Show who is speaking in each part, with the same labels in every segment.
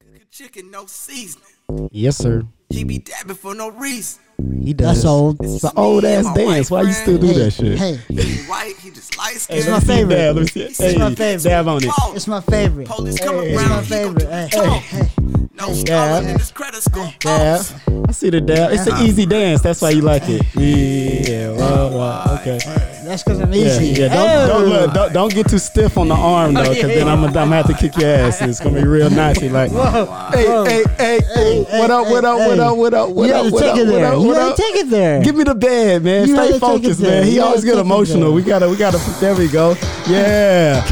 Speaker 1: Nigga, chicken, no seasoning.
Speaker 2: Yes, sir.
Speaker 1: He be dabbing for no reason.
Speaker 2: He does.
Speaker 3: That's old.
Speaker 2: It's an old ass
Speaker 1: My
Speaker 2: dance. Why you still do
Speaker 3: Hey,
Speaker 2: that shit?
Speaker 3: Hey,
Speaker 1: He white, he just light
Speaker 2: Hey,
Speaker 1: skinned.
Speaker 3: It's my
Speaker 2: let me see you
Speaker 3: favorite.
Speaker 2: dab. Let me see.
Speaker 1: It's
Speaker 2: Hey,
Speaker 3: my favorite.
Speaker 2: Dab on it.
Speaker 3: it's my favorite.
Speaker 1: Police come around.
Speaker 3: It's my
Speaker 1: he
Speaker 3: favorite.
Speaker 1: gon'
Speaker 3: Hey,
Speaker 1: do the
Speaker 3: hey,
Speaker 1: talk.
Speaker 3: hey.
Speaker 1: No
Speaker 3: Yeah.
Speaker 1: stalling in his credit score.
Speaker 3: Yeah.
Speaker 2: I see the dab. It's an easy dance. That's why you like it. Yeah. Wow. Wow. Okay.
Speaker 3: That's because I'm
Speaker 2: Yeah.
Speaker 3: easy.
Speaker 2: Yeah. Don't don't,
Speaker 3: Oh.
Speaker 2: look, don't don't get too stiff on the arm though, because then I'm gonna, I'm gonna have to kick your ass. It's gonna be real nasty. Like.
Speaker 3: Oh,
Speaker 2: Hey,
Speaker 3: Whoa.
Speaker 2: hey, hey, hey,
Speaker 3: Hey,
Speaker 2: what up, what up,
Speaker 3: hey,
Speaker 2: what
Speaker 3: hey.
Speaker 2: up, what up, what
Speaker 3: You
Speaker 2: up,
Speaker 3: had to
Speaker 2: what
Speaker 3: take
Speaker 2: up,
Speaker 3: it
Speaker 2: what
Speaker 3: there.
Speaker 2: up,
Speaker 3: You
Speaker 2: what
Speaker 3: had
Speaker 2: up?
Speaker 3: to take it there.
Speaker 2: Give me the bed, man. Stay
Speaker 3: You gotta take it
Speaker 2: focused,
Speaker 3: there.
Speaker 2: man. He
Speaker 3: You
Speaker 2: always
Speaker 3: gotta
Speaker 2: get
Speaker 3: take it
Speaker 2: emotional.
Speaker 3: there.
Speaker 2: We gotta, we gotta. There we go. Yeah.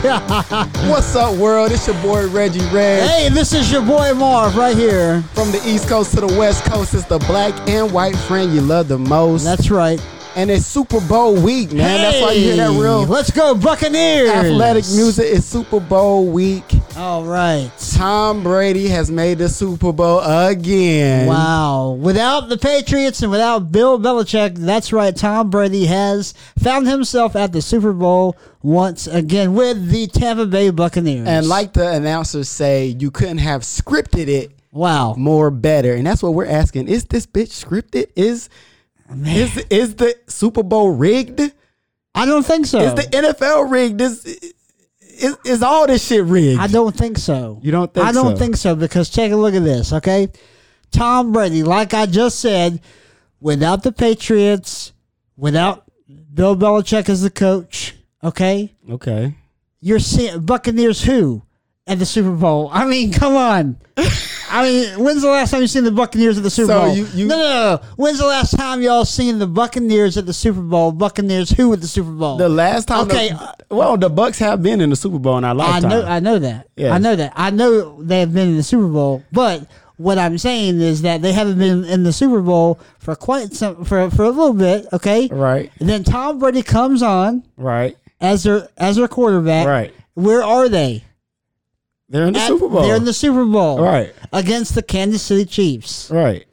Speaker 2: What's up, world? It's your boy Reggie Reg.
Speaker 3: Hey, this is your boy Marv right here.
Speaker 2: From the East Coast to the West Coast, it's the black and white friend you love the most.
Speaker 3: That's right.
Speaker 2: and it's Super Bowl week, man. That's why you hear that
Speaker 3: Hey,
Speaker 2: real
Speaker 3: Let's go, Buccaneers.
Speaker 2: athletic music. It's Super Bowl week.
Speaker 3: All right.
Speaker 2: Tom Brady has made the Super Bowl again.
Speaker 3: Wow. Without the Patriots and without Bill Belichick, that's right, Tom Brady has found himself at the Super Bowl once again with the Tampa Bay Buccaneers.
Speaker 2: And like the announcers say, you couldn't have scripted it
Speaker 3: wow.
Speaker 2: more better. And that's what we're asking. Is this bitch scripted? Is is is the Super Bowl rigged? Is
Speaker 3: I don't think so.
Speaker 2: the NFL rigged? Is is, is all this shit rigged?
Speaker 3: I don't think so.
Speaker 2: You don't think
Speaker 3: I
Speaker 2: so?
Speaker 3: don't think so because take a look at this, okay? Tom Brady, like I just said, without the Patriots, without Bill Belichick as the coach, okay?
Speaker 2: Okay.
Speaker 3: You're seeing Buccaneers who at the Super Bowl. I mean, come on. I mean, when's the last time you seen the Buccaneers at the Super
Speaker 2: So
Speaker 3: Bowl?
Speaker 2: you- you-
Speaker 3: no, no, no. When's the last time y'all seen the Buccaneers at the Super Bowl? Buccaneers who at the Super Bowl?
Speaker 2: The last time,
Speaker 3: Okay,
Speaker 2: the-
Speaker 3: uh,
Speaker 2: well, the Bucks have been in the Super Bowl in our
Speaker 3: I
Speaker 2: lifetime.
Speaker 3: know, I know that.
Speaker 2: Yeah.
Speaker 3: I know that. I know they have been in the Super Bowl, but what I'm saying is that they haven't been in the Super Bowl for quite some for for a little bit. Okay,
Speaker 2: right,
Speaker 3: And then Tom Brady comes on
Speaker 2: right,
Speaker 3: as their as their quarterback.
Speaker 2: right.
Speaker 3: Where are they?
Speaker 2: They're in the
Speaker 3: At-
Speaker 2: Super Bowl.
Speaker 3: They're in the Super Bowl.
Speaker 2: Right.
Speaker 3: Against the Kansas City Chiefs.
Speaker 2: right.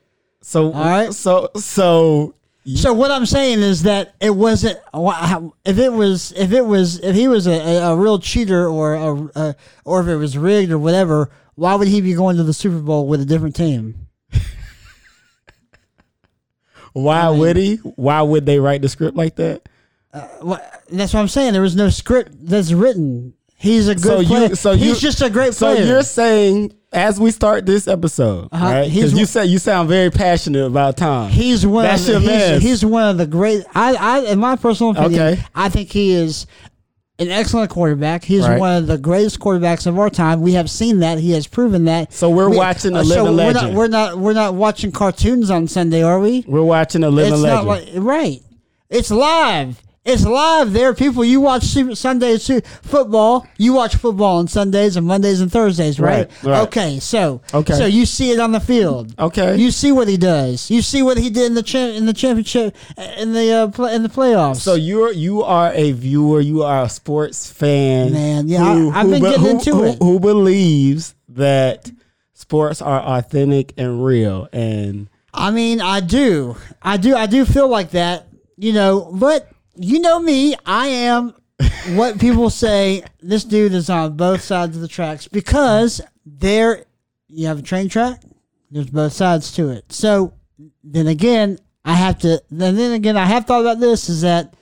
Speaker 2: So,
Speaker 3: All right.
Speaker 2: so, so,
Speaker 3: So what I'm saying is that it wasn't. If it was, if it was, if he was a, a, a real cheater or a, a, or if it was rigged or whatever, why would he be going to the Super Bowl with a different team?
Speaker 2: why would he? Why would they write the script like that?
Speaker 3: Wha- That's what I'm saying. There was no script that's written. He's a good
Speaker 2: So you-
Speaker 3: player.
Speaker 2: so
Speaker 3: he's
Speaker 2: you-
Speaker 3: just a great
Speaker 2: So
Speaker 3: player.
Speaker 2: you're saying, as we start this episode,
Speaker 3: Uh-huh.
Speaker 2: right?
Speaker 3: He's-
Speaker 2: Because you say you sound very passionate about Tom.
Speaker 3: He's one.
Speaker 2: That's
Speaker 3: of the,
Speaker 2: your
Speaker 3: he's,
Speaker 2: man.
Speaker 3: he's one of the great. I, I, in my personal opinion,
Speaker 2: Okay.
Speaker 3: I think he is an excellent quarterback. He's
Speaker 2: Right.
Speaker 3: one of the greatest quarterbacks of our time. We have seen that. He has proven that.
Speaker 2: So we're
Speaker 3: We-
Speaker 2: watching a
Speaker 3: uh,
Speaker 2: living
Speaker 3: so we're Not,
Speaker 2: legend.
Speaker 3: we're not. We're not watching cartoons on Sunday, are we?
Speaker 2: We're watching a living
Speaker 3: it's
Speaker 2: legend.
Speaker 3: not like right. It's live. It's live there, people. You watch Super Sunday Su- football. You watch football on Sundays and Mondays and Thursdays, right?
Speaker 2: Right, right.
Speaker 3: Okay, so
Speaker 2: Okay.
Speaker 3: so you see it on the field.
Speaker 2: Okay.
Speaker 3: you see what he does. You see what he did in the cha- in the championship in the uh, pla in the playoffs.
Speaker 2: So you're you are a viewer, you are a sports fan,
Speaker 3: Man, yeah, I- I've been
Speaker 2: be-
Speaker 3: getting into
Speaker 2: who-
Speaker 3: it.
Speaker 2: Who believes that sports are authentic and real? And
Speaker 3: I mean, I do, I do, I do feel like that, you know. But you know me, I am what people say. This dude is on both sides of the tracks because there, you have a train track. There's both sides to it. So then again, I have to. Then then again, I have thought about this. Is that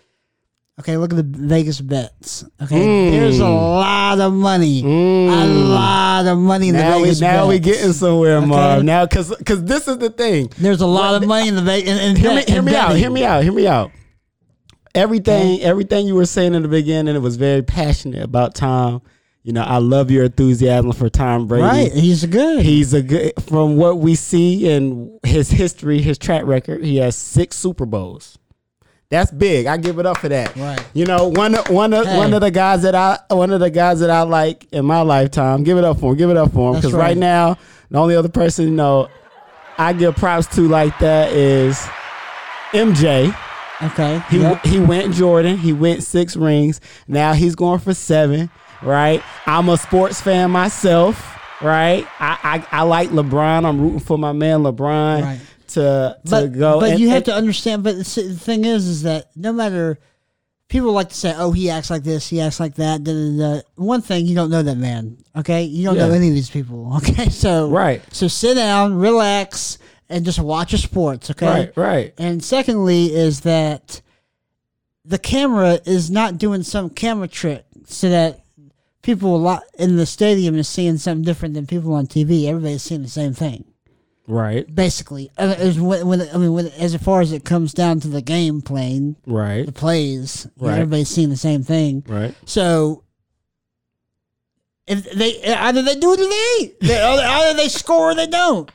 Speaker 3: okay? Look at the Vegas bets. Okay,
Speaker 2: Mm.
Speaker 3: there's a lot of money, a lot of money in
Speaker 2: now
Speaker 3: the
Speaker 2: we
Speaker 3: Vegas
Speaker 2: now we
Speaker 3: bets.
Speaker 2: getting somewhere, Marv.
Speaker 3: Okay.
Speaker 2: Now because because this is the thing.
Speaker 3: There's a lot of money in the Vegas. In, in
Speaker 2: Hear me,
Speaker 3: bet-
Speaker 2: hear
Speaker 3: in
Speaker 2: me out.
Speaker 3: betting.
Speaker 2: Hear me out. Hear me out. Everything everything you were saying in the beginning, it was very passionate about Tom. You know, I love your enthusiasm for Tom Brady.
Speaker 3: Right, he's good.
Speaker 2: He's a good from what we see in his history, his track record. He has six Super Bowls. That's big. I give it up for that.
Speaker 3: Right.
Speaker 2: You know, one of- one of
Speaker 3: Hey.
Speaker 2: one of the guys that I one of the guys that I like in my lifetime. Give it up for him. Give it up for him.
Speaker 3: That's
Speaker 2: Because right.
Speaker 3: right.
Speaker 2: now, the only other person you know I give props to like that is MJ.
Speaker 3: okay.
Speaker 2: He
Speaker 3: yep.
Speaker 2: he went Jordan. He went six rings. Now he's going for seven. Right. I'm a sports fan myself. Right. I I, I like LeBron. I'm rooting for my man LeBron
Speaker 3: Right.
Speaker 2: to to
Speaker 3: but
Speaker 2: go.
Speaker 3: but
Speaker 2: and-
Speaker 3: you have
Speaker 2: and-
Speaker 3: to understand. But the s- the thing is, is that no matter people like to say, "Oh, he acts like this, he acts like that." Da, da, da. One thing you don't know that man. Okay, you don't know
Speaker 2: Yeah.
Speaker 3: any of these people. Okay, so
Speaker 2: Right.
Speaker 3: so sit down, relax, and just watch your sports. Okay,
Speaker 2: Right, right.
Speaker 3: and secondly is that the camera is not doing some camera trick so that people a lot in the stadium is seeing something different than people on TV. Everybody's seeing the same thing,
Speaker 2: Right,
Speaker 3: basically. Uh, As when, when, I mean, when, as far as it comes down to the game plane,
Speaker 2: right,
Speaker 3: the plays, you know,
Speaker 2: Right.
Speaker 3: everybody's seeing the same thing.
Speaker 2: right.
Speaker 3: So. If they either they do it or they, ain't. they either, either they score or they don't.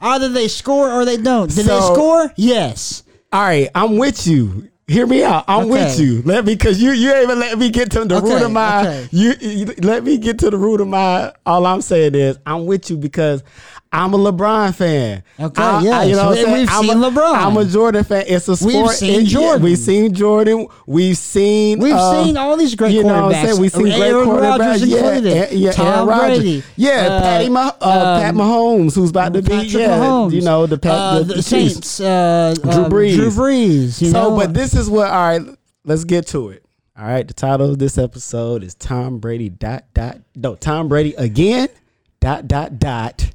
Speaker 3: Either they score or they don't. Did they
Speaker 2: So-
Speaker 3: score? Yes.
Speaker 2: All right, I'm with you. Hear me out. I'm with
Speaker 3: Okay.
Speaker 2: you. Let me, cause you you ain't even let me get to the root
Speaker 3: Okay,
Speaker 2: of my.
Speaker 3: okay.
Speaker 2: You, you let me get to the root of my. All I'm saying is I'm with you because I'm a LeBron fan.
Speaker 3: Okay,
Speaker 2: I- I-
Speaker 3: yes.
Speaker 2: you know what I'm
Speaker 3: And
Speaker 2: saying?
Speaker 3: we've
Speaker 2: I'm
Speaker 3: seen
Speaker 2: a,
Speaker 3: LeBron.
Speaker 2: I'm a Jordan fan. It's a sport.
Speaker 3: We've seen
Speaker 2: It- yeah,
Speaker 3: Jordan.
Speaker 2: We've seen Jordan. We've seen.
Speaker 3: We've
Speaker 2: uh,
Speaker 3: seen all these great
Speaker 2: you know
Speaker 3: quarterbacks.
Speaker 2: what I'm saying? We've seen great
Speaker 3: Aaron
Speaker 2: quarterbacks.
Speaker 3: Rodgers
Speaker 2: yeah,
Speaker 3: included.
Speaker 2: Aaron- yeah,
Speaker 3: Tom
Speaker 2: Aaron Rodgers.
Speaker 3: Brady.
Speaker 2: Yeah,
Speaker 3: Uh,
Speaker 2: Patty Mah- uh, Pat
Speaker 3: um,
Speaker 2: Mahomes, who's about to be.
Speaker 3: Patrick
Speaker 2: yeah,
Speaker 3: Mahomes.
Speaker 2: you know the Pat
Speaker 3: uh,
Speaker 2: the,
Speaker 3: the,
Speaker 2: the Chiefs.
Speaker 3: Saints. Uh,
Speaker 2: Drew
Speaker 3: um,
Speaker 2: Brees.
Speaker 3: Drew Brees. You
Speaker 2: so,
Speaker 3: know?
Speaker 2: but this is what. All right, let's get to it. All right, the title of this episode is Tom Brady dot dot no Tom Brady again dot dot dot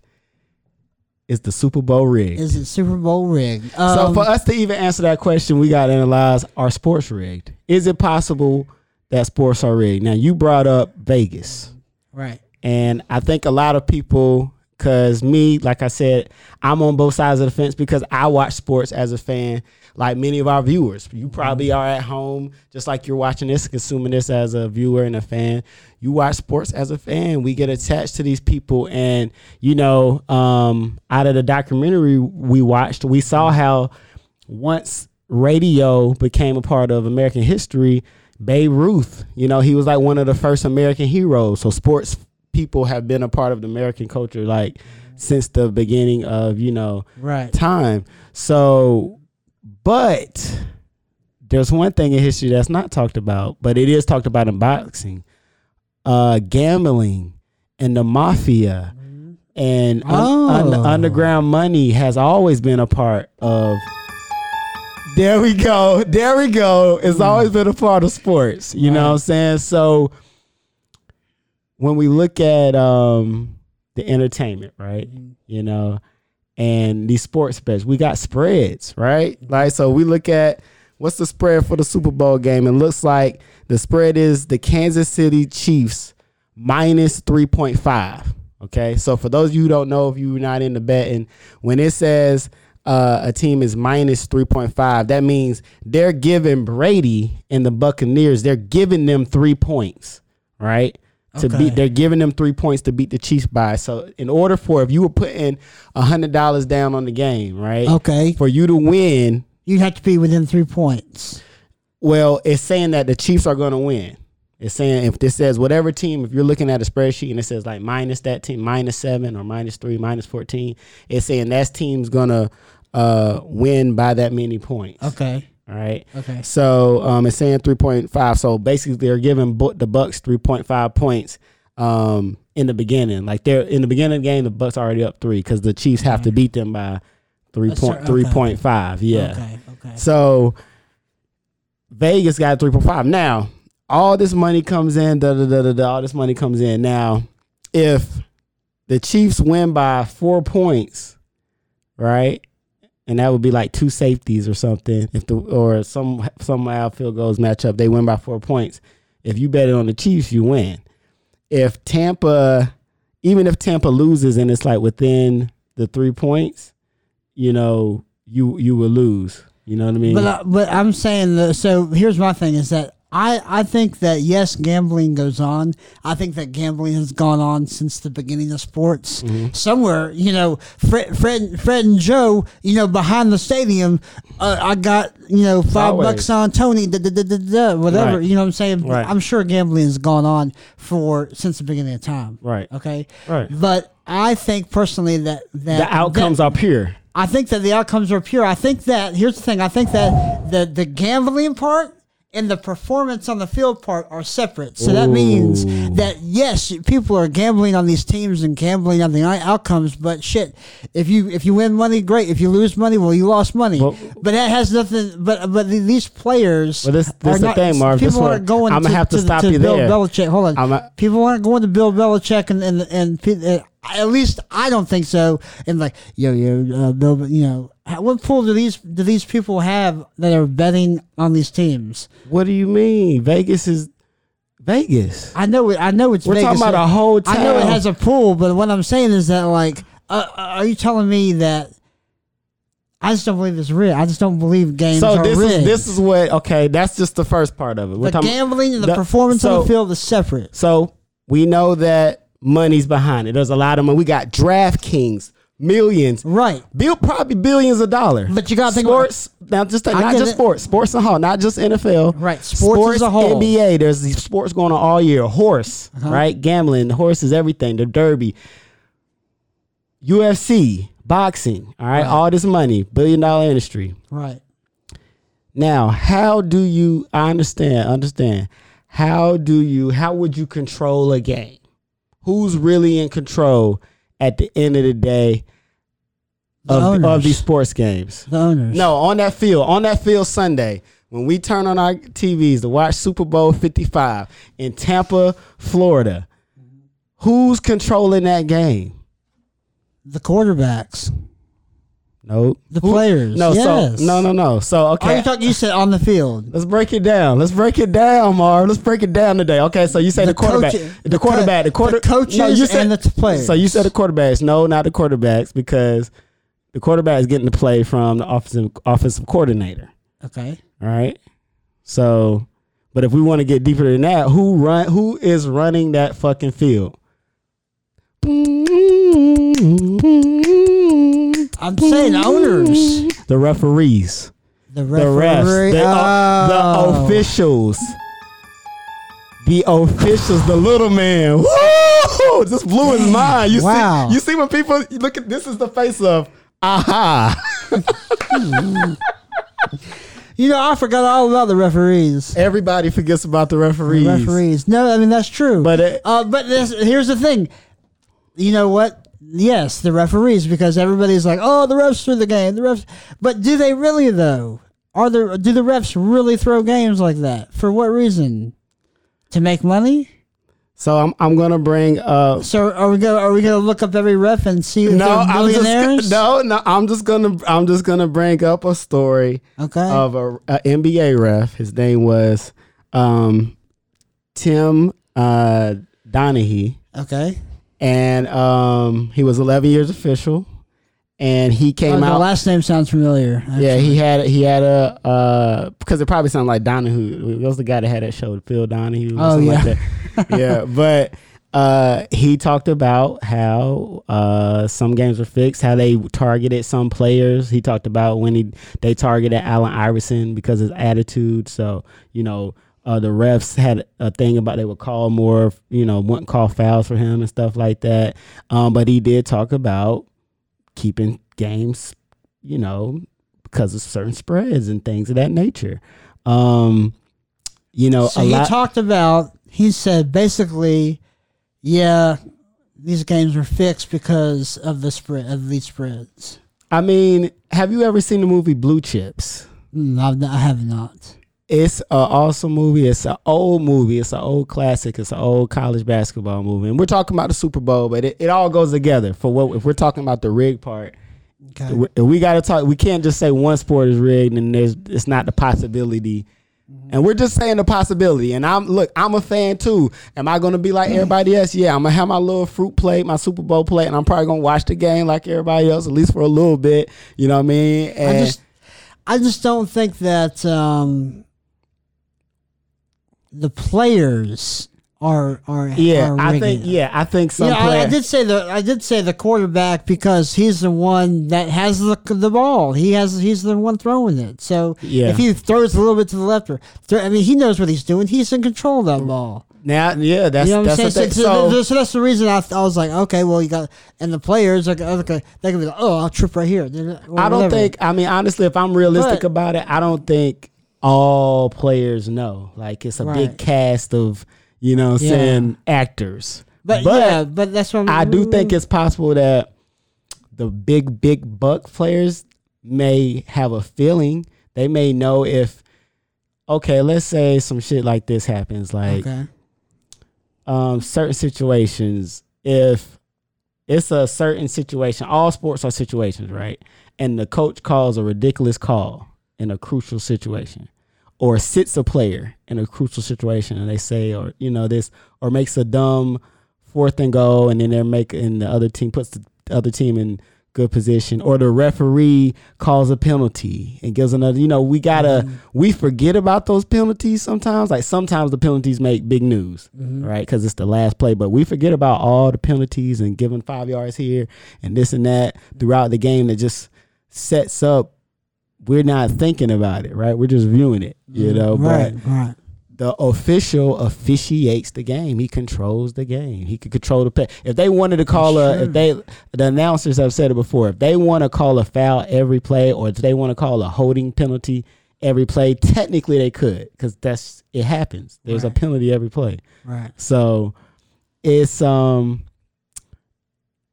Speaker 2: is the Super Bowl rig.
Speaker 3: is it Super Bowl rigged? Um,
Speaker 2: so for us to even answer that question, we got to analyze our sports rigged. Is it possible that sports are rigged? Now you brought up Vegas.
Speaker 3: right.
Speaker 2: And I think a lot of people, because me, like I said, I'm on both sides of the fence because I watch sports as a fan, like many of our viewers. You probably are at home, just like you're watching this, consuming this as a viewer and a fan. You watch sports as a fan. We get attached to these people. And, you know, um, out of the documentary we watched, we saw how once radio became a part of American history, Babe Ruth, you know, he was like one of the first American heroes. So sports people have been a part of the American culture like since the beginning of, you know,
Speaker 3: Right.
Speaker 2: time. So, but there's one thing in history that's not talked about, but it is talked about in boxing, uh, gambling, and the mafia, and un- un-
Speaker 3: Oh.
Speaker 2: underground money has always been a part of. There we go. There we go. It's
Speaker 3: Hmm.
Speaker 2: always been a part of sports. You know what I'm saying? So when we look at um the entertainment, right?
Speaker 3: Mm-hmm.
Speaker 2: You know, and these sports bets, we got spreads, right? Like so we look at what's the spread for the Super Bowl game? It looks like the spread is the Kansas City Chiefs minus 3.5. Okay? So for those of you who don't know if you're not into betting, when it says uh, a team is minus 3.5. That means they're giving Brady and the Buccaneers, they're giving them three points, right? To
Speaker 3: Okay.
Speaker 2: beat, they're giving them three points to beat the Chiefs by. So, in order for if you were putting a hundred dollars down on the game, right?
Speaker 3: Okay.
Speaker 2: For you to win,
Speaker 3: You'd have to be within three points.
Speaker 2: well, it's saying that the Chiefs are going to win. It's saying if this says whatever team, if you're looking at a spreadsheet and it says like minus that team, minus seven or minus three, minus fourteen, it's saying that team's gonna uh, win by that many points.
Speaker 3: Okay.
Speaker 2: All right.
Speaker 3: Okay.
Speaker 2: So um, it's saying 3.5. So basically, they're giving bu- the Bucks 3.5 points um, in the beginning. Like they're in the beginning of the game, the Bucks already up three because the Chiefs have to beat them by three
Speaker 3: That's right.
Speaker 2: point three point five. Yeah.
Speaker 3: Okay. Okay.
Speaker 2: So Vegas got 3.5. Now, all this money comes in, da da da da da, all this money comes in. Now, if the Chiefs win by four points, right? And that would be like two safeties or something. If the or some some outfield goals match up, they win by four points. If you bet it on the Chiefs, you win. If Tampa, even if Tampa loses and it's like within the three points, you know, you you will lose. You know what I mean?
Speaker 3: But uh, I, but I'm saying the, so. Here's my thing: is that I I think that yes, gambling goes on. I think that gambling has gone on since the beginning of sports.
Speaker 2: Mm-hmm.
Speaker 3: Somewhere, you know, Fred Fred Fred and Joe, you know, behind the stadium, uh, I got you know five
Speaker 2: always-
Speaker 3: bucks on Tony, da, da, da, da, da, whatever.
Speaker 2: Right.
Speaker 3: You know what I'm saying?
Speaker 2: Right.
Speaker 3: I'm sure gambling has gone on for since the beginning of time.
Speaker 2: Right.
Speaker 3: Okay.
Speaker 2: Right.
Speaker 3: But I think personally that that
Speaker 2: the outcomes
Speaker 3: that,
Speaker 2: are pure.
Speaker 3: I think that the outcomes are pure. I think that here's the thing. I think that the the gambling part and the performance on the field part are separate. So that means that yes, people are gambling on these teams and gambling on the i- outcomes. But shit, if you if you win money, great. If you lose money, well, you lost money.
Speaker 2: Well-
Speaker 3: but that has nothing. But but the- these players.
Speaker 2: Well, this- this
Speaker 3: are
Speaker 2: the
Speaker 3: not-
Speaker 2: thing, Marv. This
Speaker 3: People
Speaker 2: one-
Speaker 3: aren't going.
Speaker 2: I'ma
Speaker 3: to,
Speaker 2: have to
Speaker 3: the-
Speaker 2: stop you
Speaker 3: Bill
Speaker 2: there.
Speaker 3: Belichick. Hold on.
Speaker 2: I'ma-
Speaker 3: people aren't going to Bill Belichick and and and. pe- uh, At least I don't think so. And like, yo, yo, uh, Bill, Be- you know, how- what pool do these do these people have that are betting on these teams?
Speaker 2: What do you mean? Vegas is Vegas.
Speaker 3: I know it. I know it's.
Speaker 2: We're
Speaker 3: Vegas.
Speaker 2: talking about a whole
Speaker 3: I know it
Speaker 2: town.
Speaker 3: has a pool, but what I'm saying is that, like, uh, uh, are you telling me that? I just don't believe it's real. I just don't believe games
Speaker 2: So
Speaker 3: are
Speaker 2: this
Speaker 3: rigged.
Speaker 2: is this is what okay. That's just the first part of it. We're
Speaker 3: the
Speaker 2: talking
Speaker 3: gambling and the,
Speaker 2: the-
Speaker 3: performance on the
Speaker 2: so-
Speaker 3: field is separate.
Speaker 2: So we know that money's behind it. There's a lot of money. We got DraftKings, millions,
Speaker 3: Right.
Speaker 2: bill probably billions of dollars.
Speaker 3: But you gotta think about-
Speaker 2: sports. now, just think,
Speaker 3: I
Speaker 2: not
Speaker 3: get
Speaker 2: just
Speaker 3: it.
Speaker 2: sports, sports and whole, not just NFL.
Speaker 3: Right, sports as a whole. Uh-huh.
Speaker 2: NBA. There's these sports going on all year. Horse, right? Gambling, horses, everything. The Derby, UFC, boxing. All right, all this money, billion dollar industry.
Speaker 3: Right.
Speaker 2: Now, how do you I understand, understand. How do you how would you control a game? Who's really in control at the end of the day
Speaker 3: The
Speaker 2: of,
Speaker 3: owners.
Speaker 2: of these sports games?
Speaker 3: The owners.
Speaker 2: No, on that field, on that field Sunday, when we turn on our TVs to watch Super Bowl 55 in Tampa, Florida, who's controlling that game?
Speaker 3: The quarterbacks.
Speaker 2: Nope.
Speaker 3: The players,
Speaker 2: No,
Speaker 3: yes.
Speaker 2: so no no no. So
Speaker 3: Are
Speaker 2: okay.
Speaker 3: you talking? You said on the field.
Speaker 2: Let's break it down. Let's break it down, Marv. Let's break it down today. Okay, so you say
Speaker 3: The
Speaker 2: the, quarterback,
Speaker 3: coach-
Speaker 2: the,
Speaker 3: the co-
Speaker 2: quarterback, the quarter
Speaker 3: the coaches and the t- players.
Speaker 2: So you said the quarterbacks. No, not the quarterbacks because the quarterback is getting the play from the offensive offensive coordinator.
Speaker 3: Okay.
Speaker 2: All right. So, but if we want to get deeper than that, who run? Who is running that fucking field?
Speaker 3: I'm saying owners.
Speaker 2: The referees.
Speaker 3: The
Speaker 2: the refs,
Speaker 3: referee.
Speaker 2: the, uh, the
Speaker 3: Oh.
Speaker 2: officials, the officials, the little man. Woo! This blew his mind. You
Speaker 3: Wow.
Speaker 2: see, you see when people you look at this is the face of aha.
Speaker 3: You know, I forgot all about the referees.
Speaker 2: Everybody forgets about the referees.
Speaker 3: referees. No, I mean that's true.
Speaker 2: But it-
Speaker 3: uh, but this, here's the thing. You know what? Yes, the referees because everybody's like, oh, the refs threw the game. The refs, but do they really though? Are there do the refs really throw games like that? For what reason? To make money?
Speaker 2: So I'm I'm gonna bring uh
Speaker 3: So are we go? Are we going to look up every ref and see if
Speaker 2: no
Speaker 3: they're
Speaker 2: I'm
Speaker 3: billionaires?
Speaker 2: just no no I'm just gonna I'm just gonna bring up a story
Speaker 3: Okay.
Speaker 2: of a, a NBA ref. His name was um Tim uh Donahue.
Speaker 3: okay.
Speaker 2: and um, he was 11 years official, and he
Speaker 3: Oh,
Speaker 2: came
Speaker 3: the
Speaker 2: out.
Speaker 3: last name sounds familiar.
Speaker 2: yeah, he had he had a uh, because it probably sounded like Donahue. It was the guy that had that show, Phil Donahue. Or
Speaker 3: Oh,
Speaker 2: something like that. yeah. But uh, he talked about how uh, some games were fixed, how they targeted some players. He talked about when he they targeted Allen Iverson because of his attitude. So you know. Uh, the refs had a thing about they would call more, you know, wouldn't call fouls for him and stuff like that. Um, but he did talk about keeping games, you know, because of certain spreads and things of that nature. Um, you know,
Speaker 3: So
Speaker 2: a
Speaker 3: he
Speaker 2: lot.
Speaker 3: talked about. He said basically, yeah, these games were fixed because of the spread of these spreads.
Speaker 2: I mean, have you ever seen the movie Blue Chips?
Speaker 3: Mm, I've not, I have not.
Speaker 2: It's an awesome movie. It's an old movie. It's an old classic. It's an old college basketball movie. And we're talking about the Super Bowl, but it, it all goes together. For what if we're talking about the rig part,
Speaker 3: Okay.
Speaker 2: we, we got to talk. We can't just say one sport is rigged and there's it's not the possibility.
Speaker 3: Mm-hmm.
Speaker 2: And we're just saying the possibility. And I'm look, I'm a fan too. Am I gonna be like everybody else? Yeah, I'm gonna have my little fruit plate, my Super Bowl plate, and I'm probably gonna watch the game like everybody else, at least for a little bit. You know what I mean?
Speaker 3: I
Speaker 2: And
Speaker 3: just, I just don't think that um, the players are are
Speaker 2: yeah,
Speaker 3: Are
Speaker 2: I
Speaker 3: rigging
Speaker 2: think
Speaker 3: it.
Speaker 2: yeah, I think some
Speaker 3: yeah, I, I
Speaker 2: player-
Speaker 3: did say the I did say the quarterback because he's the one that has the the ball. He has he's the one throwing it. So
Speaker 2: Yeah.
Speaker 3: if he throws a little bit to the left or throw, I mean he knows what he's doing. He's in control of that ball.
Speaker 2: now yeah, that's
Speaker 3: You know what I'm
Speaker 2: that's the
Speaker 3: saying?
Speaker 2: thing.
Speaker 3: So,
Speaker 2: So,
Speaker 3: so, th- so that's the reason I, I was like, okay, well you got and the players are gonna- okay, they can be like, oh, I'll trip right here. They're not- or
Speaker 2: I don't
Speaker 3: whatever.
Speaker 2: think I mean honestly if I'm realistic
Speaker 3: But-
Speaker 2: about it, I don't think all players know. Like it's a
Speaker 3: Right.
Speaker 2: big cast of, you know, what I'm
Speaker 3: Yeah.
Speaker 2: saying actors.
Speaker 3: But, yeah, but that's what I'm, Mm-hmm.
Speaker 2: I do think it's possible that the big, big buck players may have a feeling. They may know if, okay, let's say some shit like this happens, like
Speaker 3: okay.
Speaker 2: um, certain situations. If it's a certain situation, all sports are situations, right? And the coach calls a ridiculous call in a crucial situation, or sits a player in a crucial situation, and they say, or you know this, or makes a dumb fourth and goal, and then they're making the other team puts the other team in good position, or the referee calls a penalty and gives another. You know, we gotta we forget about those penalties sometimes. Like sometimes the penalties make big news, right? Because it's the last play, but we forget about all the penalties and giving five yards here and this and that throughout the game that just sets up. We're not thinking about it, right? We're just viewing it, you know.
Speaker 3: right,
Speaker 2: But
Speaker 3: right.
Speaker 2: the official officiates the game. He controls the game. He could control the play. If they wanted to call
Speaker 3: That's
Speaker 2: a, if they, the announcers have said it before. If they want to call a foul every play, or if they want to call a holding penalty every play, technically they could, because that's it happens. There's
Speaker 3: Right.
Speaker 2: a penalty every play.
Speaker 3: Right.
Speaker 2: So it's um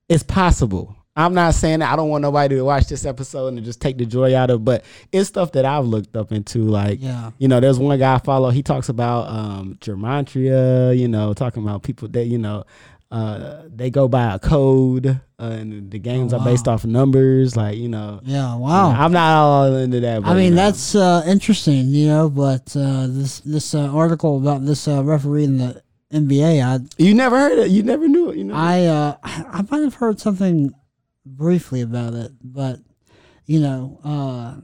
Speaker 2: it's possible. I'm not saying that I don't want nobody to watch this episode and just take the joy out of, but it's stuff that I've looked up into. Like,
Speaker 3: Yeah.
Speaker 2: you know, there's one guy I follow. He talks about um germantria. You know, talking about people that you know uh they go by a code, uh, and the games
Speaker 3: Oh,
Speaker 2: are based
Speaker 3: wow.
Speaker 2: off numbers. Like, you know,
Speaker 3: Yeah. Wow.
Speaker 2: I'm not all into that. But,
Speaker 3: I
Speaker 2: you
Speaker 3: mean
Speaker 2: know.
Speaker 3: that's uh, interesting, you know. But uh, this this uh, article about this uh, referee in the NBA, I
Speaker 2: you never heard it. You never knew it. You know,
Speaker 3: I uh, I might have heard something briefly about it, but you know, uh,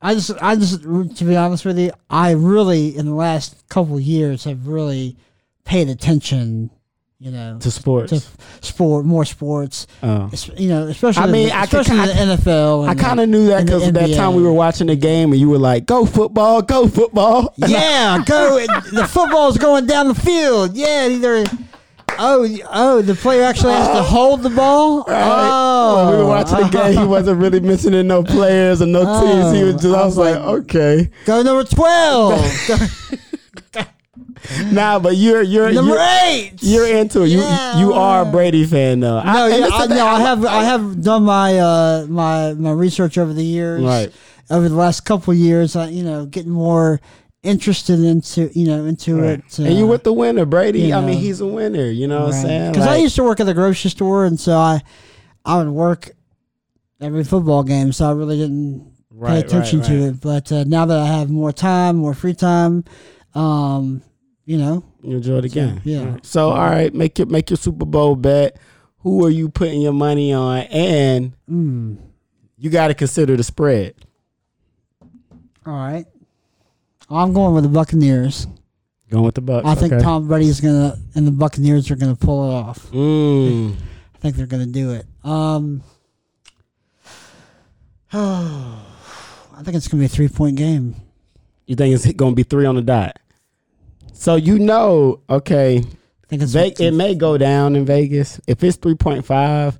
Speaker 3: I just I just to be honest with you, I really in the last couple of years have really paid attention, you know,
Speaker 2: to sports.
Speaker 3: to sport more sports,
Speaker 2: Oh.
Speaker 3: es- you know, especially
Speaker 2: I mean,
Speaker 3: the,
Speaker 2: I could-
Speaker 3: especially
Speaker 2: I-
Speaker 3: the NFL.
Speaker 2: I
Speaker 3: and the-
Speaker 2: kind of knew that
Speaker 3: in the
Speaker 2: because that
Speaker 3: NBA.
Speaker 2: time we were watching the game and you were like, "Go football, go football." And I-
Speaker 3: Yeah, go. the football's going down the field. Yeah, either. Oh, oh, the player actually has to hold the ball.
Speaker 2: Right?
Speaker 3: Oh,
Speaker 2: When we were watching the game, he wasn't really mentioning no players and no teams. He was
Speaker 3: Oh.
Speaker 2: just, I was like, okay.
Speaker 3: go number twelve, go
Speaker 2: Nah, but you're you're
Speaker 3: number
Speaker 2: you're,
Speaker 3: eight.
Speaker 2: you're into it.
Speaker 3: Yeah.
Speaker 2: You you are a Brady fan though.
Speaker 3: no,
Speaker 2: and
Speaker 3: yeah,
Speaker 2: listen,
Speaker 3: I, no, I have I have done my uh, my my research over the years,
Speaker 2: Right.
Speaker 3: over the last couple of years. I, you know, getting more interested into you know into it. uh,
Speaker 2: and you with the winner, Brady.
Speaker 3: you
Speaker 2: I mean,
Speaker 3: know.
Speaker 2: he's a winner. You know what I'm saying?
Speaker 3: Because I
Speaker 2: Like,
Speaker 3: used to work at the grocery store, and so I I would work every football game, so I really didn't
Speaker 2: Right,
Speaker 3: pay
Speaker 2: right,
Speaker 3: attention
Speaker 2: right.
Speaker 3: to it. But uh, now that I have more time, more free time, um, you know,
Speaker 2: you enjoy the game.
Speaker 3: yeah.
Speaker 2: All right. So all right, make your make your Super Bowl bet. Who are you putting your money on? And
Speaker 3: Mm.
Speaker 2: you got to consider the spread.
Speaker 3: all right. I'm going with the Buccaneers.
Speaker 2: Going with the Bucks.
Speaker 3: I think
Speaker 2: okay.
Speaker 3: Tom Brady's gonna and the Buccaneers are gonna pull it off.
Speaker 2: Mm.
Speaker 3: I think they're gonna do it. Um, I think it's gonna be a three point game.
Speaker 2: You think it's going to be three on the dot? So you know, okay,
Speaker 3: I think it's
Speaker 2: Ve- it may go down in Vegas. If it's three point five,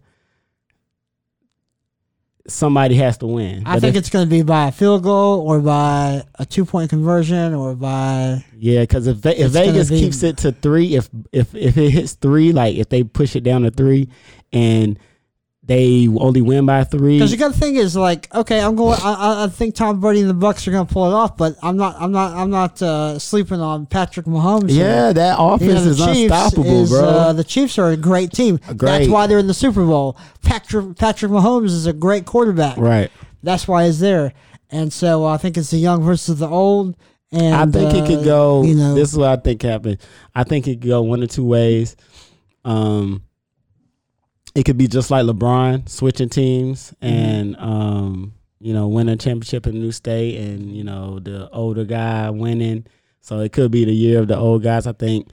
Speaker 2: somebody has to win.
Speaker 3: I
Speaker 2: But
Speaker 3: think
Speaker 2: if-
Speaker 3: it's going to be by a field goal or by a two point conversion or by.
Speaker 2: yeah, because if, Ve- if
Speaker 3: it's gonna
Speaker 2: Vegas
Speaker 3: be-
Speaker 2: keeps it to three, if if if it hits three, like if they push it down to three, and they only win by three,
Speaker 3: Because the good thing is, like, okay, I'm going. I- I, I think Tom Brady and the Bucks are going to pull it off, but I'm not. I'm not. I'm not uh, sleeping on Patrick Mahomes. here.
Speaker 2: yeah, that
Speaker 3: You
Speaker 2: offense
Speaker 3: know, the
Speaker 2: is
Speaker 3: Chiefs
Speaker 2: unstoppable,
Speaker 3: is,
Speaker 2: bro.
Speaker 3: uh, the Chiefs are a great team. That's
Speaker 2: Great.
Speaker 3: why they're in the Super Bowl. Patrick Patrick Mahomes is a great quarterback.
Speaker 2: right.
Speaker 3: That's why he's there. And so uh, I think it's the young versus the old. And
Speaker 2: I think it
Speaker 3: uh,
Speaker 2: could go.
Speaker 3: You know,
Speaker 2: this is what I think happened. I think it could go one or two ways. Um, it could be just like LeBron switching teams
Speaker 3: Mm-hmm.
Speaker 2: and um, you know, winning a championship in a new state, and you know, the older guy winning. So it could be the year of the old guys. I think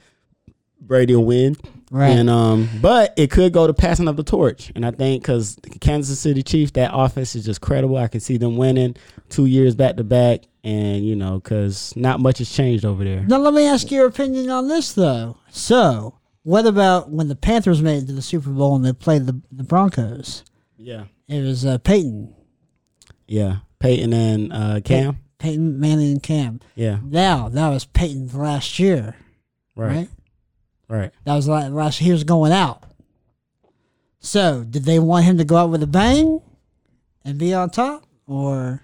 Speaker 2: Brady will win.
Speaker 3: Right.
Speaker 2: And um, but it could go to passing up the torch, and I think because Kansas City Chiefs, that offense is just credible. I can see them winning two years back to back, and you know, because not much has changed over there.
Speaker 3: Now let me ask your opinion on this though. So, what about when the Panthers made it to the Super Bowl and they played the, the Broncos?
Speaker 2: Yeah,
Speaker 3: It was uh, Peyton.
Speaker 2: yeah. Peyton and uh, Cam.
Speaker 3: Peyton Manning and Cam.
Speaker 2: Yeah.
Speaker 3: Now that was Peyton's last year, right?
Speaker 2: Right. Right.
Speaker 3: That was la- last he was going out. So did they want him to go out with a bang and be on top, or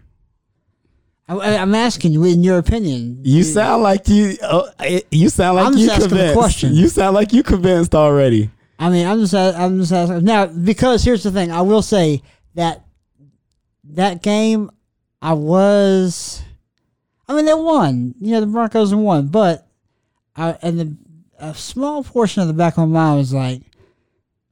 Speaker 3: I, am asking you in your opinion?
Speaker 2: You sound like you. Uh, you sound like
Speaker 3: I'm
Speaker 2: you
Speaker 3: just asking a
Speaker 2: convinced.
Speaker 3: question.
Speaker 2: You sound like you convinced already.
Speaker 3: I mean, I'm just a- I'm just asking now because here's the thing. I will say that that game, I was, I mean, they won. You know, the Broncos won, but I and the a small portion of the back of my mind was like.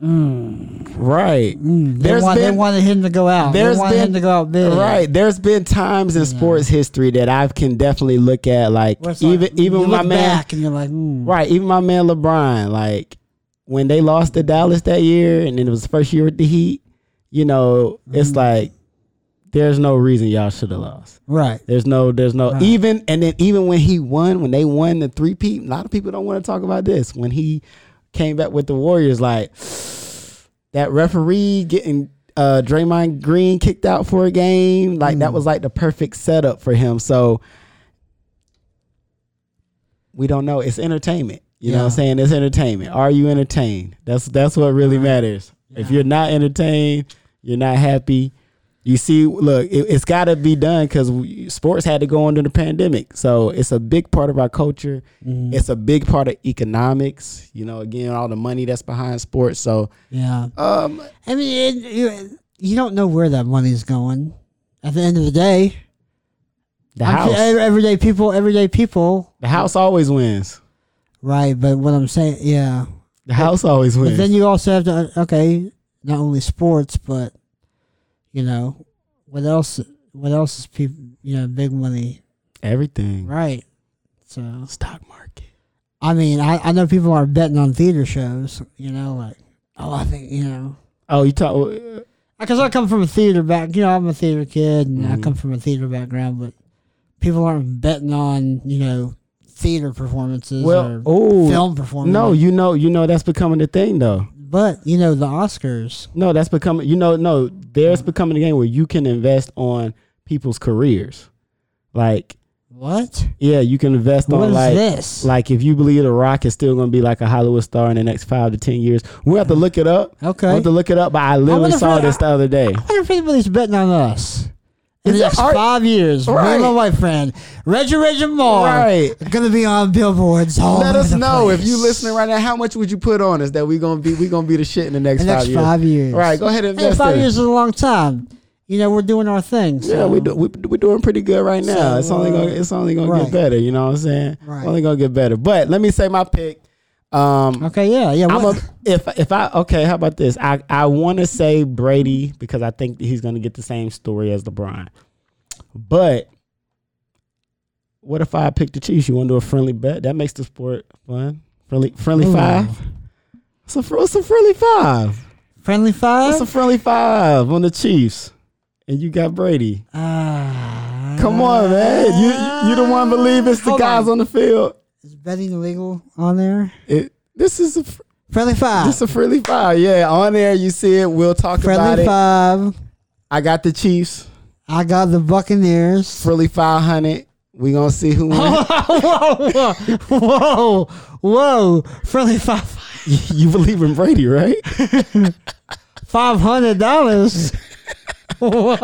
Speaker 3: hmm,
Speaker 2: Right.
Speaker 3: They,
Speaker 2: There's
Speaker 3: want, they wanted him to go out. They
Speaker 2: There's
Speaker 3: wanted him to go out big.
Speaker 2: Right. There's been times in sports history that I can definitely look at like
Speaker 3: Where it's
Speaker 2: even
Speaker 3: like,
Speaker 2: even
Speaker 3: you
Speaker 2: my
Speaker 3: look
Speaker 2: man
Speaker 3: back and you're like, mm,
Speaker 2: right, even my man LeBron, like when they lost to Dallas that year and then it was the first year with the Heat, you know, it's like there's no reason y'all should have lost.
Speaker 3: right,
Speaker 2: There's no there's no even and then even when he won, when they won the three peat, a lot of people don't want to talk about this. When he came back with the Warriors, like that referee getting uh Draymond Green kicked out for a game, like that was like the perfect setup for him. So we don't know. It's entertainment. You know what I'm
Speaker 3: Yeah.
Speaker 2: saying? It's entertainment. Are you entertained? That's that's what really matters. If you're not entertained, you're not happy. You see, look, it, it's got to be done because sports had to go under the pandemic. So it's a big part of our culture. It's a big part of economics. You know, again, all the money that's behind sports. So
Speaker 3: yeah.
Speaker 2: um,
Speaker 3: I mean, it, you, you don't know where that money's going. At the end of the day,
Speaker 2: the
Speaker 3: I'm sure
Speaker 2: house,
Speaker 3: ev- everyday people, everyday people,
Speaker 2: the house always wins.
Speaker 3: right? But what I'm saying, yeah.
Speaker 2: The house always
Speaker 3: But then
Speaker 2: wins.
Speaker 3: you also have to uh, okay, not only sports, but you know, what else? What else is people? You know, big money,
Speaker 2: Everything.
Speaker 3: right? So
Speaker 2: Stock market.
Speaker 3: I mean, I, I know people are betting on theater shows, you know, like, oh, I think, you know,
Speaker 2: Oh, you talk.
Speaker 3: because I come from a theater back, you know, I'm a theater kid and
Speaker 2: Mm-hmm.
Speaker 3: I come from a theater background, but people aren't betting on, you know, theater performances
Speaker 2: Well,
Speaker 3: or
Speaker 2: oh
Speaker 3: film performances.
Speaker 2: No, you know, you know that's becoming a thing though.
Speaker 3: But, you know, the Oscars,
Speaker 2: No, that's becoming. You know, no,
Speaker 3: Mm-hmm.
Speaker 2: there's becoming a game where you can invest on people's careers. Like,
Speaker 3: what?
Speaker 2: yeah, you can invest
Speaker 3: What
Speaker 2: on
Speaker 3: is
Speaker 2: like,
Speaker 3: this?
Speaker 2: like if you believe The Rock is still going to be like a Hollywood star in the next five to ten years, we will have to look it up.
Speaker 3: Okay.
Speaker 2: we have to look it up. But I literally
Speaker 3: wonder if
Speaker 2: saw
Speaker 3: I-
Speaker 2: this the other day.
Speaker 3: I wonder if anybody's betting on us. In
Speaker 2: Is
Speaker 3: the
Speaker 2: that
Speaker 3: next
Speaker 2: art-
Speaker 3: five years, me
Speaker 2: Right.
Speaker 3: and my white friend, Reggie Reggie Moore,
Speaker 2: Right.
Speaker 3: gonna be on billboards all
Speaker 2: Let
Speaker 3: over
Speaker 2: us
Speaker 3: the
Speaker 2: know if
Speaker 3: place.
Speaker 2: you listening right now. How much would you put on us that we gonna be we gonna be the shit in the next,
Speaker 3: The next
Speaker 2: five years?
Speaker 3: five years.
Speaker 2: Right, go ahead and
Speaker 3: Hey,
Speaker 2: invest.
Speaker 3: five
Speaker 2: in it.
Speaker 3: years is a long time. You know, we're doing our thing. So.
Speaker 2: Yeah, we do, we we're doing pretty good right now.
Speaker 3: So,
Speaker 2: it's only gonna it's only gonna
Speaker 3: right.
Speaker 2: get better. You know what I'm saying?
Speaker 3: Right.
Speaker 2: Only gonna get better. But let me say my pick. Um,
Speaker 3: Okay, yeah, yeah.
Speaker 2: I'm
Speaker 3: what-
Speaker 2: a, if if I okay, how about this? I I want to say Brady because I think he's gonna get the same story as LeBron. But what if I pick the Chiefs? You want to do a friendly bet? That makes the sport fun. Friendly friendly
Speaker 3: Ooh.
Speaker 2: five. It's a, fr- it's a friendly five.
Speaker 3: friendly
Speaker 2: It's
Speaker 3: five.
Speaker 2: a friendly five on the Chiefs, and you got Brady.
Speaker 3: Ah,
Speaker 2: Come on, man. You you the one believe it's the
Speaker 3: Hold
Speaker 2: guys on.
Speaker 3: on.
Speaker 2: the field.
Speaker 3: is betting illegal on there?
Speaker 2: It, this is a fr-
Speaker 3: Friendly five.
Speaker 2: this a friendly fire. Yeah, on there you see it. We'll talk about
Speaker 3: friendly
Speaker 2: it.
Speaker 3: five.
Speaker 2: I got the Chiefs.
Speaker 3: I got the Buccaneers.
Speaker 2: Friendly five hundred. We gonna see who wins.
Speaker 3: whoa, whoa, whoa! Friendly five.
Speaker 2: you believe in Brady, right?
Speaker 3: Five hundred dollars. Whoa,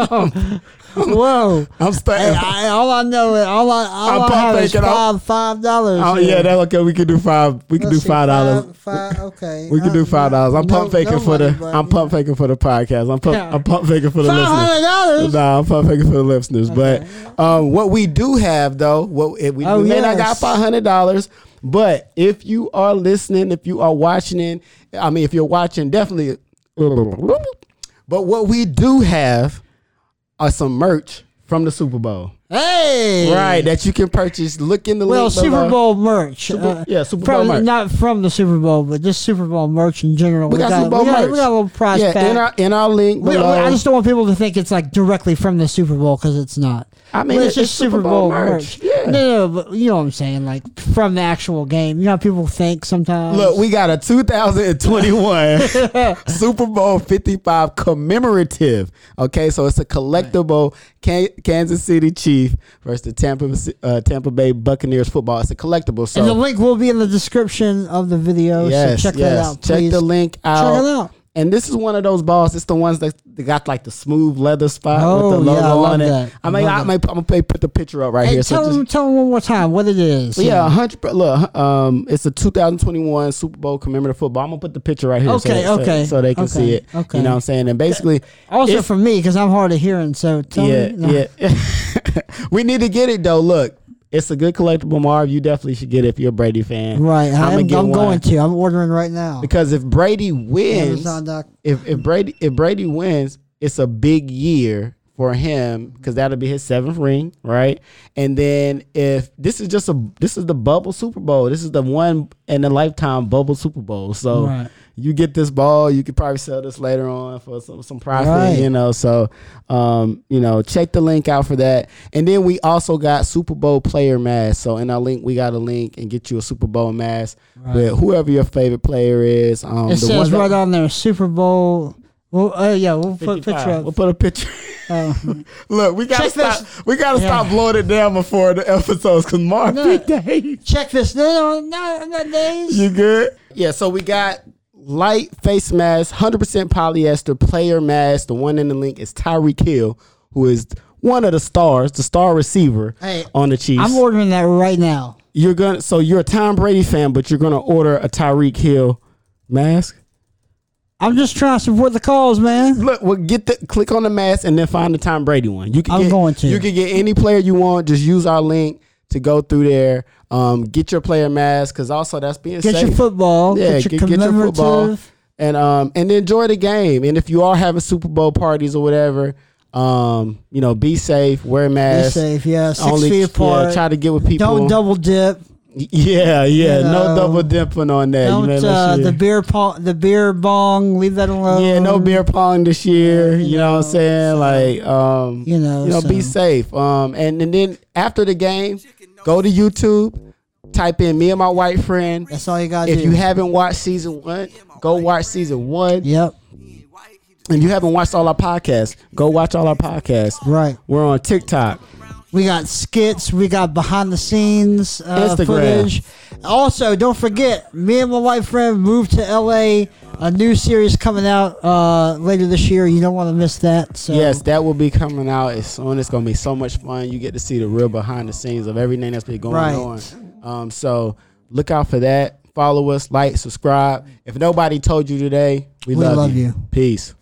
Speaker 3: whoa!
Speaker 2: I'm
Speaker 3: Hey,
Speaker 2: starting.
Speaker 3: I, all I know, is- all I, all
Speaker 2: I'm
Speaker 3: I have is
Speaker 2: thinking I'm-
Speaker 3: five five dollars.
Speaker 2: Oh yeah, that's okay. We can do five. We can
Speaker 3: Let's
Speaker 2: do
Speaker 3: see,
Speaker 2: five dollars.
Speaker 3: Five, okay. Uh,
Speaker 2: We can do five dollars. I'm pump faking for the. I'm pump faking for the podcast. I'm pump.
Speaker 3: Yeah.
Speaker 2: I'm pump faking for the
Speaker 3: Five
Speaker 2: listeners.
Speaker 3: hundred dollars.
Speaker 2: Nah, I'm perfect for the listeners. But um, what we do have though, what if we,
Speaker 3: Oh,
Speaker 2: we may not got
Speaker 3: yes.
Speaker 2: five hundred dollars, but if you are listening, if you are watching, in, I mean, if you're watching, definitely. But what we do have are some merch from the Super Bowl,
Speaker 3: Hey,
Speaker 2: right? That you can purchase. Look in the
Speaker 3: Well,
Speaker 2: link
Speaker 3: Super
Speaker 2: below.
Speaker 3: Bowl merch. uh,
Speaker 2: Super- yeah, Super Bowl
Speaker 3: probably
Speaker 2: merch.
Speaker 3: Not from the Super Bowl, but just Super Bowl merch in general.
Speaker 2: We got Super Bowl
Speaker 3: we got,
Speaker 2: merch.
Speaker 3: we got a little prize
Speaker 2: yeah,
Speaker 3: pack.
Speaker 2: in our in our link
Speaker 3: We- we-
Speaker 2: below.
Speaker 3: I just don't want people to think it's like directly from the Super Bowl because it's not.
Speaker 2: I mean,
Speaker 3: But
Speaker 2: it- it's Super Bowl merch. Yeah.
Speaker 3: No, no, but you know what I'm saying, like from the actual game. You know how people think sometimes.
Speaker 2: Look, we got a 2021 Super Bowl 55 commemorative. Okay, so it's a collectible Ka- Kansas City Chief versus the Tampa uh, Tampa Bay Buccaneers football. It's a collectible. So
Speaker 3: and the link will be in the description of the video.
Speaker 2: yes,
Speaker 3: so check
Speaker 2: yes.
Speaker 3: that out.
Speaker 2: Check
Speaker 3: Please.
Speaker 2: the link out.
Speaker 3: Check it out.
Speaker 2: And this is one of those balls. It's the ones that that got like the smooth leather spot with
Speaker 3: Oh,
Speaker 2: the
Speaker 3: yeah,
Speaker 2: logo
Speaker 3: I love
Speaker 2: on it.
Speaker 3: that.
Speaker 2: I
Speaker 3: I
Speaker 2: mean,
Speaker 3: love
Speaker 2: I,
Speaker 3: that.
Speaker 2: may, I'm gonna pay- put the picture up right
Speaker 3: Hey,
Speaker 2: here.
Speaker 3: tell
Speaker 2: so
Speaker 3: them,
Speaker 2: just,
Speaker 3: tell them one more time what it is.
Speaker 2: yeah, a hundred. per- Look, um, it's a 2021 Super Bowl commemorative football. I'm gonna put the picture right here. so-
Speaker 3: Okay,
Speaker 2: so,
Speaker 3: okay,
Speaker 2: so, they can
Speaker 3: okay,
Speaker 2: see it.
Speaker 3: okay.
Speaker 2: you know what I'm saying? And basically,
Speaker 3: Also
Speaker 2: if-
Speaker 3: for me because I'm hard of hearing. So tell
Speaker 2: yeah,
Speaker 3: me. no.
Speaker 2: yeah. we need to get it though. Look, it's a good collectible, Marv. You definitely should get it if you're a Brady fan.
Speaker 3: Right.
Speaker 2: I'ma
Speaker 3: I'm, I'm,
Speaker 2: get one.
Speaker 3: going to. I'm ordering right now.
Speaker 2: because if Brady wins,
Speaker 3: Amazon doc.
Speaker 2: if if Brady if Brady wins, it's a big year for him because that'll be his seventh ring, right? And then if this is just a this is the bubble Super Bowl, this is the one in a lifetime bubble Super Bowl. So
Speaker 3: Right.
Speaker 2: you get this ball, you could probably sell this later on for some some profit,
Speaker 3: Right.
Speaker 2: you know. So um, you know, check the link out for that. And then we also got Super Bowl player mask. So in our link, we got a link and get you a Super Bowl mask with whoever your favorite player is. Um,
Speaker 3: It
Speaker 2: the one
Speaker 3: says
Speaker 2: that-
Speaker 3: right on there Super Bowl. Well, uh, yeah, we'll put
Speaker 2: 55.
Speaker 3: picture
Speaker 2: We'll
Speaker 3: up.
Speaker 2: put a picture.
Speaker 3: Uh,
Speaker 2: Look, we gotta
Speaker 3: Check
Speaker 2: stop.
Speaker 3: this-
Speaker 2: We gotta
Speaker 3: Yeah.
Speaker 2: stop blowing it down before the episodes, cause Mark
Speaker 3: No.
Speaker 2: big days.
Speaker 3: check this. No, no, no, no days.
Speaker 2: You good? Yeah. So we got light face mask, hundred percent polyester player mask. The one in the link is Tyreek Hill, who is one of the stars, the star receiver
Speaker 3: Hey,
Speaker 2: on the Chiefs.
Speaker 3: I'm ordering that right now.
Speaker 2: you're gonna. So you're a Tom Brady fan, but you're gonna order a Tyreek Hill mask.
Speaker 3: I'm just trying to support the cause, man.
Speaker 2: Look, well, get the click on the mask and then find the Tom Brady one. You can
Speaker 3: I'm
Speaker 2: get,
Speaker 3: going to.
Speaker 2: You can get any player you want. Just use our link to go through there. Um, get your player mask because also that's being
Speaker 3: Get
Speaker 2: safe.
Speaker 3: your football.
Speaker 2: yeah,
Speaker 3: get your commemorative.
Speaker 2: and um and enjoy the game. And if you are having Super Bowl parties or whatever, um, you know, be safe. Wear
Speaker 3: Be
Speaker 2: masks.
Speaker 3: safe. Yeah, six
Speaker 2: Only
Speaker 3: feet
Speaker 2: yeah,
Speaker 3: apart.
Speaker 2: try to get with people.
Speaker 3: Don't double dip.
Speaker 2: Yeah, yeah.
Speaker 3: You
Speaker 2: no
Speaker 3: know.
Speaker 2: double dipping on that. You
Speaker 3: Don't
Speaker 2: know,
Speaker 3: uh,
Speaker 2: shit.
Speaker 3: the beer pong. The beer bong. Leave that alone.
Speaker 2: Yeah, no beer pong this year.
Speaker 3: you
Speaker 2: you, know, what I'm
Speaker 3: know,
Speaker 2: saying? like, um,
Speaker 3: You know,
Speaker 2: you know, be
Speaker 3: so-
Speaker 2: safe. Um, and and then after the game, go to YouTube, type in me and my white friend.
Speaker 3: That's all you got.
Speaker 2: If you haven't watched season one, go watch season one.
Speaker 3: Yep.
Speaker 1: He ain't white. He just
Speaker 2: And you haven't watched all our podcasts, go watch all our podcasts.
Speaker 3: Right.
Speaker 2: We're on TikTok.
Speaker 3: We got skits. We got behind the scenes uh,
Speaker 2: Instagram.
Speaker 3: footage. Also, don't forget, me and my white friend moved to LA. A new series coming out uh, later this year. You don't want to miss that. So
Speaker 2: Yes, that will be coming out as soon. It's gonna be so much fun. You get to see the real behind the scenes of everything that's been going
Speaker 3: Right.
Speaker 2: on. Um, so look out for that. Follow us, like, subscribe. If nobody told you today, we,
Speaker 3: We
Speaker 2: love,
Speaker 3: love
Speaker 2: you.
Speaker 3: you.
Speaker 2: Peace.